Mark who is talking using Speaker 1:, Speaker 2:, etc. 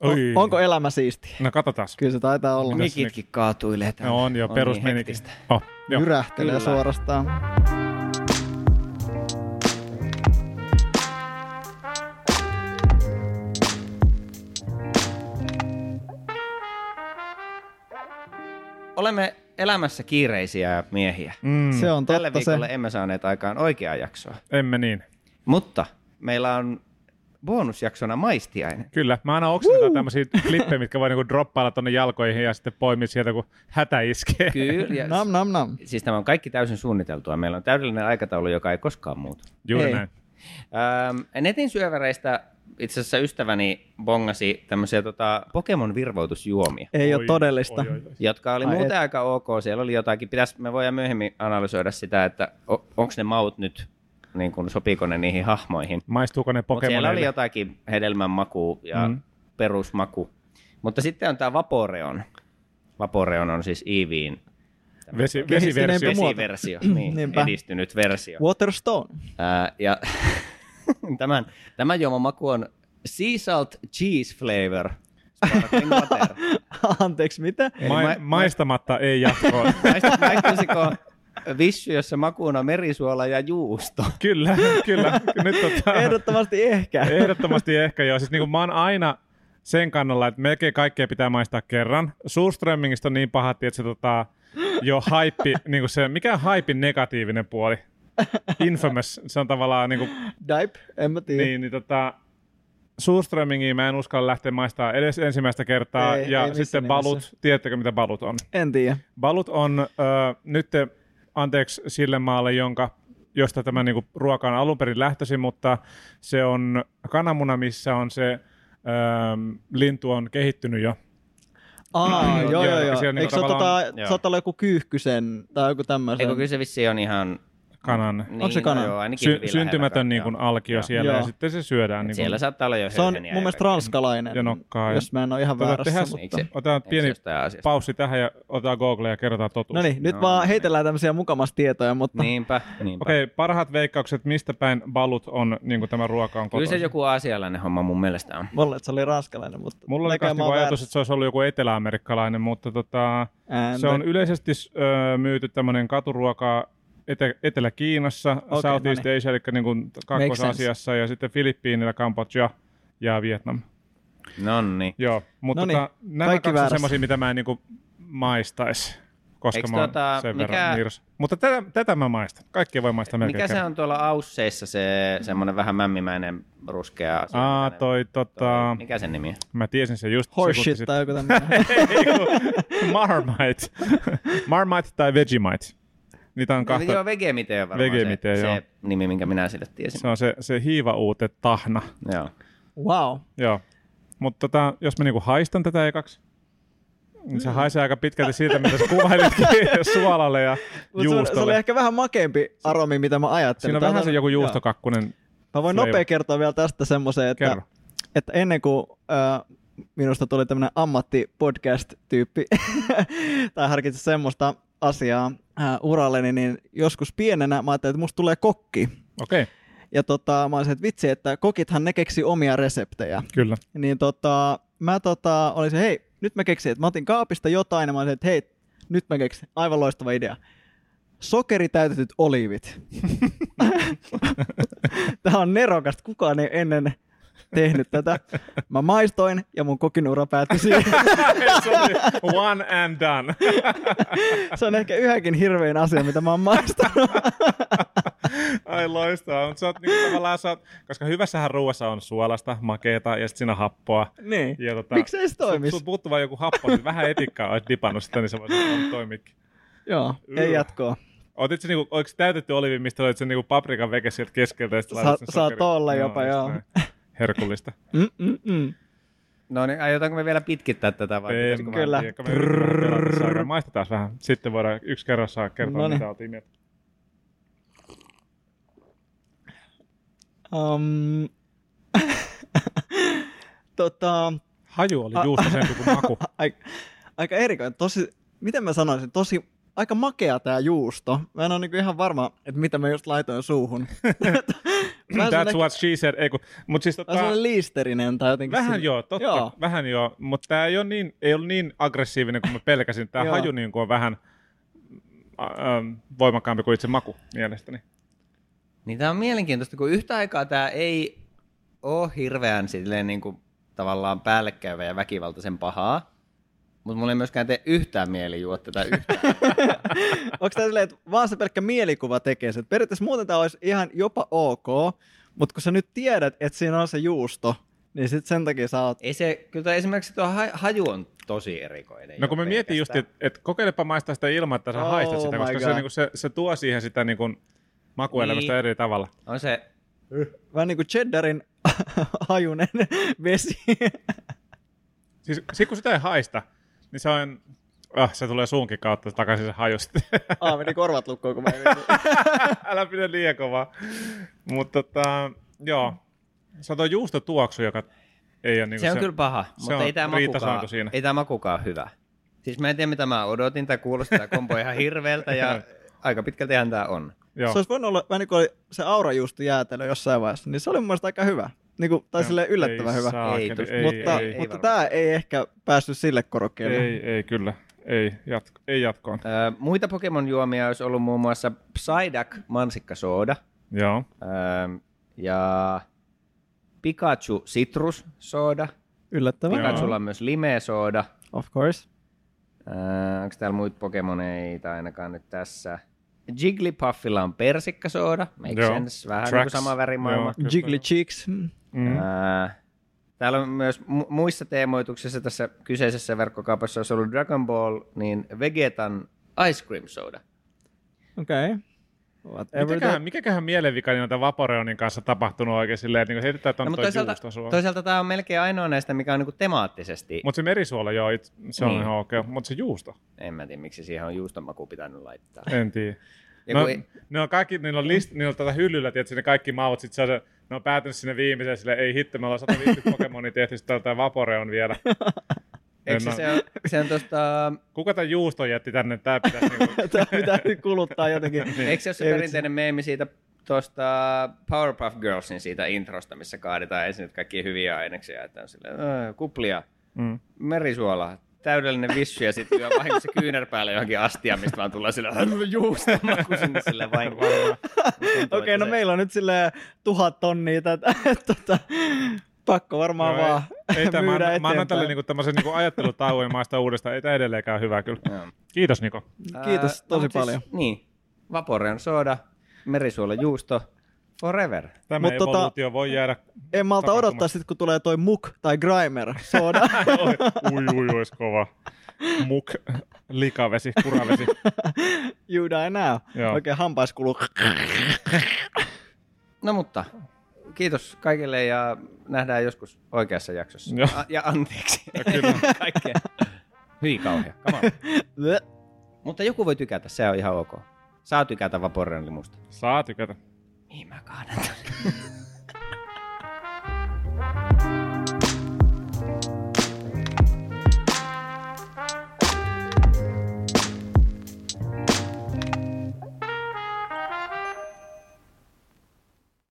Speaker 1: Oi. Niin,
Speaker 2: On, onko e- elämä siistiä?
Speaker 1: No katsotaan.
Speaker 2: Kyllä se taitaa olla.
Speaker 1: Mitäs
Speaker 3: Mikitkin kaatuilee tänne.
Speaker 1: No on jo, perus
Speaker 3: niin
Speaker 1: menikin.
Speaker 3: hektistä.
Speaker 1: Oh, joo.
Speaker 2: Jyrähtelee
Speaker 3: Kyllä.
Speaker 2: suorastaan.
Speaker 3: Olemme elämässä kiireisiä miehiä.
Speaker 1: Mm,
Speaker 2: Se on
Speaker 3: Tällä
Speaker 2: totta se.
Speaker 3: viikolla emme saaneet aikaan oikeaa jaksoa.
Speaker 1: emme niin.
Speaker 3: Mutta meillä on bonusjaksona maistiainen.
Speaker 1: Kyllä, mä aina oksennetaan tämmöisiä klippejä, mitkä voi niinku droppailla tonne jalkoihin ja sitten poimia sieltä, kun hätä iskee.
Speaker 3: Kyllä. ja-
Speaker 2: Nam nam nam.
Speaker 3: Siis tämä on kaikki täysin suunniteltua. Meillä on täydellinen aikataulu, joka ei koskaan muutu.
Speaker 1: Juuri
Speaker 2: Ei.
Speaker 1: näin.
Speaker 3: Ähm, netin syöväreistä itse asiassa ystäväni bongasi tämmöisiä tota, Pokemon virvoitusjuomia,
Speaker 1: Oi,
Speaker 2: Ei ole todellista.
Speaker 1: oi, oi, oi.
Speaker 3: jotka oli
Speaker 2: Ai
Speaker 3: muuten
Speaker 2: et.
Speaker 3: aika ok. Siellä oli jotakin, pitäis, me voidaan myöhemmin analysoida sitä, että onko ne maut nyt, niin kun, sopiiko ne niihin hahmoihin.
Speaker 1: Maistuuko ne
Speaker 3: Mutta siellä oli
Speaker 1: Pokemonille?
Speaker 3: jotakin hedelmän maku ja
Speaker 1: Mm.
Speaker 3: mm. perusmaku. Mutta sitten on tämä Vaporeon. Vaporeon on siis Eeveein
Speaker 1: Vesi,
Speaker 2: Kehittyneempi
Speaker 1: vesiversio.
Speaker 2: muoto.
Speaker 3: vesiversio, niin,
Speaker 2: Niinpä.
Speaker 3: edistynyt versio.
Speaker 2: Waterstone.
Speaker 3: Ää, ja tämän, tämän juoman maku on sea salt cheese flavor. Sparkling water.
Speaker 2: Anteeksi, mitä?
Speaker 1: Ma-
Speaker 3: Eli ma-
Speaker 1: maistamatta ei jatkoa.
Speaker 3: Maist- Maistuisiko vissy, jossa makuuna on merisuola ja juusto?
Speaker 1: kyllä, kyllä. Nyt tota,
Speaker 2: Ehdottomasti ehkä.
Speaker 1: Eh. ehdottomasti ehkä joo. Siis niinku mä oon aina sen kannalla, että melkein kaikkea pitää maistaa kerran. Suurströmmingistä on niin paha, että se tota, jo haippi, niinku se, mikä on haipin negatiivinen puoli? Infamous, se on tavallaan niinku
Speaker 2: Niin. Dipe, en mä tiedä.
Speaker 1: Niin, niin tota, Suurströmingiä mä en uskalla lähteä maistaa edes ensimmäistä kertaa.
Speaker 2: Ei,
Speaker 1: ja
Speaker 2: ei missään
Speaker 1: sitten
Speaker 2: nimessä.
Speaker 1: balut, tiedättekö mitä balut on?
Speaker 2: En tiedä.
Speaker 1: Balut on öö, nyt, anteeksi sille maalle, jonka, josta tämä niinku, ruoka on alun perin lähtöisin, mutta se on kananmuna, missä on se öö, lintu on kehittynyt jo.
Speaker 2: Aa,
Speaker 1: Joo,
Speaker 2: joo,
Speaker 1: joo,
Speaker 2: joo,
Speaker 1: eli
Speaker 2: joo.
Speaker 1: siellä niinku
Speaker 2: Eikö se ole tota,
Speaker 1: tavallaan-
Speaker 3: joo.
Speaker 2: se oot ollut joku kyyhkysen tai joku tämmöisen?
Speaker 3: Eikö kyllä se vissi on ihan...
Speaker 1: Kanan
Speaker 3: Niin,
Speaker 2: se kana?
Speaker 3: No, joo, ainakin
Speaker 1: Sy-
Speaker 3: hyvin
Speaker 1: syntymätön
Speaker 3: lähellä
Speaker 1: niin kuin,
Speaker 3: kaikkea.
Speaker 1: alkio
Speaker 3: Joo.
Speaker 1: siellä
Speaker 2: Joo.
Speaker 1: ja sitten se syödään. Niin
Speaker 3: Siellä saattaa olla jo
Speaker 2: Se on mun
Speaker 3: höyheniä ja
Speaker 2: mielestä
Speaker 3: kaikkea.
Speaker 2: ranskalainen,
Speaker 1: Ja nokkaa ja-
Speaker 2: jos mä en ole ihan
Speaker 1: Tota,
Speaker 2: väärässä.
Speaker 1: tehdään-
Speaker 2: mutta...
Speaker 3: Eikö se-
Speaker 1: Otetaan
Speaker 3: Eikö
Speaker 1: pieni
Speaker 3: se jostain asiasta?
Speaker 1: paussi tähän ja otetaan Google ja kerrotaan totuus.
Speaker 2: No niin, nyt
Speaker 3: No,
Speaker 2: vaan
Speaker 3: niin.
Speaker 2: heitellään tämmöisiä mukamastietoja, mutta niin.
Speaker 3: Niinpä, niinpä.
Speaker 1: Okei, okay, parhaat veikkaukset, mistä päin balut on, niin kuin tämä ruoka on
Speaker 3: Kyllä se
Speaker 1: kotoisin.
Speaker 3: joku aasialainen homma mun mielestä on.
Speaker 2: Volle, että se oli ranskalainen, mutta
Speaker 1: Mulla oli myös
Speaker 2: näköjään
Speaker 1: niinku
Speaker 2: mä oon
Speaker 1: ajatus, että se olisi ollut joku eteläamerikkalainen, mutta tota,
Speaker 2: väärässä.
Speaker 1: se on
Speaker 2: Ääntä.
Speaker 1: yleisesti ö, myyty tämmöinen katuruoka Ete- Etelä-Kiinassa, okay, Southeast
Speaker 2: no
Speaker 1: Asia, eli niin kuin Kaakkois-Asiassa, ja sitten Filippiinillä, Kambodža ja Vietnam.
Speaker 3: Nonni.
Speaker 1: Joo, mutta
Speaker 2: No niin,
Speaker 1: tota, nämä
Speaker 2: kaikki
Speaker 1: kaksi on
Speaker 2: väärässä.
Speaker 1: semmoisia, mitä mä en niin kuin maistaisi, koska
Speaker 3: Eiks
Speaker 1: mä oon
Speaker 3: tota,
Speaker 1: sen
Speaker 3: mikä-
Speaker 1: verran mirs. Mutta tätä, tätä mä maistan. Kaikkea voi maistaa melkein
Speaker 3: Mikä se
Speaker 1: kerran.
Speaker 3: on tuolla Ausseissa se semmoinen vähän mämmimäinen ruskea asia?
Speaker 1: Aa, toi tota...
Speaker 3: Mikä sen nimi on?
Speaker 1: Mä tiesin sen just
Speaker 2: Horseshit
Speaker 1: sekunti
Speaker 2: tai joku tämmöinen.
Speaker 1: Ei, kun Marmite. Marmite tai Vegemite. Niitä on
Speaker 3: Kahta.
Speaker 1: kahta.
Speaker 3: No, Joo, Vegemite on varmaan
Speaker 1: Vegemite,
Speaker 3: se,
Speaker 1: joo.
Speaker 3: se nimi, minkä minä sille tiesin.
Speaker 1: Se on se, se hiivauute tahna.
Speaker 3: Joo.
Speaker 2: wow.
Speaker 1: Joo. Mutta tota, jos mä niinku haistan tätä ekaksi, niin
Speaker 2: Mm.
Speaker 1: se haisee aika pitkälti siitä, mitä sä kuvailitkin suolalle ja
Speaker 2: Mut se, oli- se oli
Speaker 1: juustolle.
Speaker 2: ehkä vähän makeampi aromi, mitä mä ajattelin.
Speaker 1: Siinä on
Speaker 2: Tää
Speaker 1: vähän se joku
Speaker 2: joo.
Speaker 1: juustokakkunen.
Speaker 2: Mä voin
Speaker 1: flavor.
Speaker 2: nopea kertoa vielä tästä semmoisen, että,
Speaker 1: Kerro.
Speaker 2: että ennen kuin äh, minusta tuli tämmöinen ammattipodcast-tyyppi tai harkitsi semmoista asiaa äh, uralleni, niin joskus pienenä mä ajattelin, että musta tulee kokki.
Speaker 1: Okei, okay,
Speaker 2: Ja tota, mä olisin, että vitsi, että kokithan ne keksi omia reseptejä.
Speaker 1: kyllä.
Speaker 2: Niin tota, mä tota, olin se, hei, nyt mä keksin, että mä otin kaapista jotain ja mä olin, se, että hei, nyt mä keksin, aivan loistava idea. Sokeritäytetyt oliivit. Tämä on nerokasta, kukaan ei ennen tehnyt tätä. Mä maistoin ja mun kokinura päättyi siihen.
Speaker 1: Se oli One and done.
Speaker 2: Se on ehkä yhäkin hirvein asia, mitä mä oon maistanut.
Speaker 1: Ai loistavaa, mutta sä oot niinku tavallaan, sä oot, koska hyvässähän ruoassa on suolasta, makeeta ja sitten siinä on happoa.
Speaker 2: niin.
Speaker 1: Ja tota,
Speaker 2: Miksei se toimis?
Speaker 1: Sulla puuttuu vaan joku happo, niin vähän etikkaa olisi dipannut sitä, niin se voisi olla toimikin.
Speaker 2: Joo, ei jatkoa.
Speaker 1: Otit se niinku, oliko täytetty olivi, mistä löyt sen niinku paprikan veke sieltä keskeltä ja sitten
Speaker 2: Sa-
Speaker 1: laitat sen
Speaker 2: saa
Speaker 1: sokerin?
Speaker 2: tolla jopa,
Speaker 1: just
Speaker 2: joo.
Speaker 1: näin. Herkullista.
Speaker 2: Mm, mm, mm.
Speaker 3: No niin, aiotaanko me vielä pitkittää tätä vai?
Speaker 1: Ei,
Speaker 3: pitäisikö
Speaker 1: mä
Speaker 3: vaan-
Speaker 2: Kyllä.
Speaker 1: en tiedä, kun me yritetään pelata tässä aikaa. Maistetaan vähän. Sitten voidaan yksi kerran saa kertoa,
Speaker 2: Noniin.
Speaker 1: mitä oltiin mieltä.
Speaker 2: Um, tota,
Speaker 1: Haju oli juustosempi kuin maku.
Speaker 2: aika, aika erikoinen. Tosi, miten mä sanoisin, tosi aika makea tää juusto. Mä en ole niinku ihan varma, että mitä mä just laitoin suuhun. Vähän
Speaker 1: That's
Speaker 2: sellainen-
Speaker 1: what she said. Ei, kun, mut siis tota,
Speaker 2: Vähän sellainen liisterinen tai jotenkin.
Speaker 1: Vähän
Speaker 2: sille-
Speaker 1: joo, totta.
Speaker 2: Joo.
Speaker 1: Vähän joo, mutta tämä ei ole niin, ei ollut niin aggressiivinen kuin mä pelkäsin. Tämä
Speaker 2: Joo.
Speaker 1: haju niin kuin on vähän ä, äm, voimakkaampi kuin itse maku mielestäni.
Speaker 3: Niin tämä on mielenkiintoista, kun yhtä aikaa tämä ei ole hirveän silleen niin kuin, tavallaan päällekkäyvä ja väkivaltaisen pahaa, mutta mulla ei myöskään tee yhtään mieli juoda tätä yhtään.
Speaker 2: Onko tämä silleen, että vaan se pelkkä mielikuva tekee sen? Periaatteessa muuten tämä olisi ihan jopa ok, mutta kun sä nyt tiedät, että siinä on se juusto, niin sitten sen takia sä oot...
Speaker 3: ei se, kyllä tää esimerkiksi tuo ha- haju on tosi erikoinen.
Speaker 1: No kun
Speaker 3: jo
Speaker 1: mä mietin just,
Speaker 3: pelkästään.
Speaker 1: että et kokeilepa maistaa sitä ilman, että sä
Speaker 2: Oh
Speaker 1: haistat sitä,
Speaker 2: my
Speaker 1: koska
Speaker 2: God.
Speaker 1: se, niinku, se, se, tuo siihen sitä niinku, makuelämästä
Speaker 3: Niin.
Speaker 1: eri tavalla.
Speaker 3: On se,
Speaker 1: niinku
Speaker 2: Vähän niin kuin cheddarin hajunen vesi.
Speaker 1: Siis sit kun sitä ei haista, niin se on... Ah, se tulee suunkin kautta takaisin se haju sitten.
Speaker 2: Aa, meni korvat lukkoon, kun mä
Speaker 1: Älä pidä liian kovaa. Mutta tota, joo. Se on tuo juustotuoksu, joka ei ole niinku
Speaker 3: se on kyllä paha,
Speaker 1: se
Speaker 3: mutta
Speaker 1: on
Speaker 3: ei tämä
Speaker 1: Riitta
Speaker 3: makukaan,
Speaker 1: Saanto siinä.
Speaker 3: ei tämä makukaan hyvä. Siis mä en tiedä, mitä mä odotin, tämä kuulostaa tää kombo ihan hirveältä ja aika pitkältihän tämä on.
Speaker 1: Joo.
Speaker 2: Se olisi voinut olla vähän niin kuin oli se aurajuusto jäätelö jossain vaiheessa, niin se oli mun mielestä aika hyvä. Niin kuin, tai
Speaker 1: Joo.
Speaker 2: silleen yllättävän
Speaker 1: ei
Speaker 2: hyvä.
Speaker 1: Saa,
Speaker 3: Ei
Speaker 1: ei,
Speaker 3: tos-
Speaker 1: ei,
Speaker 2: mutta
Speaker 1: ei,
Speaker 2: mutta
Speaker 3: varmasti.
Speaker 2: tämä ei ehkä päässyt sille
Speaker 1: ei,
Speaker 2: korokkeelle.
Speaker 1: ei, ei, kyllä. Ei, jatko, ei jatkoon.
Speaker 3: Öö, muita Pokemon-juomia olisi ollut muun muassa Psyduck mansikkasooda
Speaker 1: Joo.
Speaker 3: öö, ja Pikachu sitrussooda.
Speaker 2: Yllättävän.
Speaker 1: Joo.
Speaker 3: Pikachulla on myös limesooda.
Speaker 2: Of course.
Speaker 3: Öö, Onko täällä muita Pokemoneita ainakaan nyt tässä? Jigglypuffilla on persikkasooda. Make
Speaker 1: Joo.
Speaker 3: sense. Vähän niin
Speaker 1: Tracks.
Speaker 3: kuin sama värimaailma.
Speaker 1: Joo. Kyllä.
Speaker 2: Jiggly Cheeks. Hmm.
Speaker 1: Mm.
Speaker 3: Ää, Täällä on myös mu- muissa teemoituksissa tässä kyseisessä verkkokaupassa, jos on ollut Dragon Ball, niin Vegetan Ice Cream Soda.
Speaker 2: Okei. Okay. Whatever
Speaker 1: Mikäköhän, mikäköhän mielenvika noita Vaporeonin kanssa tapahtunut oikein silleen, että niinku heitetään tuonne no,
Speaker 3: toisaalta,
Speaker 1: juusto suohon.
Speaker 3: toisaalta tämä on melkein ainoa näistä, mikä on niinku temaattisesti. Mut.
Speaker 1: Mutta se merisuola, joo, it, se on
Speaker 3: Niin.
Speaker 1: niin. ihan okei. Okay. Mutta se juusto,
Speaker 3: En mä tiedä, miksi siihen on juustomaku pitänyt laittaa.
Speaker 1: en tiedä.
Speaker 3: Ja
Speaker 1: No,
Speaker 3: kun ei-
Speaker 1: ne on kaikki, niillä on, list, niillä on tätä hyllyllä, tietysti ne kaikki maut, sit se on se, ne on päätynyt sinne viimeiseen, sille ei hitto, me ollaan 150 Pokemonia tehty, sitten tää Vaporeon vielä.
Speaker 3: Eikö se,
Speaker 1: en
Speaker 3: se, on, se on tosta,
Speaker 1: Kuka tämän juuston jätti tänne, tää pitäisi niinku...
Speaker 2: Tämä pitää nyt kuluttaa jotenkin.
Speaker 3: eikö se ole se
Speaker 2: Ei
Speaker 3: perinteinen meemi siitä tuosta Powerpuff Girlsin siitä introsta, missä kaadetaan ensin nyt kaikkia hyviä aineksia, että on silleen, "Öö, kuplia,
Speaker 1: Mm.
Speaker 3: merisuola, täydellinen vissy ja sitten lyö vahingossa kyynärpäälle johonkin astia, mistä vaan tulee sillä juustomaku sinne sillä vahingossa. Tuntuu,
Speaker 2: Okei, okay,
Speaker 3: että
Speaker 2: no
Speaker 3: se-
Speaker 2: meillä on nyt silleen tuhat tonnia tätä. tota, pakko varmaan
Speaker 1: Joo,
Speaker 2: vaan
Speaker 1: ei, ei tää, mä,
Speaker 2: myydä
Speaker 1: annan- mä annan
Speaker 2: eteenpäin.
Speaker 1: tälle niinku tämmöisen niinku ajattelutauon ja maista uudestaan. Ei tää edelleenkään hyvä kyllä.
Speaker 3: Joo.
Speaker 1: Kiitos Niko.
Speaker 2: Kiitos
Speaker 3: Ää,
Speaker 2: tosi
Speaker 3: mut
Speaker 2: paljon.
Speaker 3: Siis, niin, Vaporeon sooda, merisuolajuusto, forever.
Speaker 1: Tämä
Speaker 2: Mut
Speaker 1: Mut
Speaker 2: tota-
Speaker 1: evoluutio voi jäädä...
Speaker 2: En malta
Speaker 1: Tapahtuma.
Speaker 2: odottaa sitten, kun tulee toi muk tai grimer soda.
Speaker 1: Ui, ui, ois kova. Muk, likavesi, kuravesi.
Speaker 2: you die now.
Speaker 1: Joo.
Speaker 2: Oikein hampaiskulu.
Speaker 3: No mutta, kiitos kaikille ja nähdään joskus oikeassa jaksossa.
Speaker 1: Joo.
Speaker 3: A- ja anteeksi.
Speaker 1: Kyllä.
Speaker 3: Kaikkea. Hyi kauhea, come on.
Speaker 2: Bleh.
Speaker 3: Mutta joku voi tykätä, se on ihan ok. Saa tykätä Vaporeon limusta.
Speaker 1: Saa tykätä.
Speaker 3: Niin mä kannatan.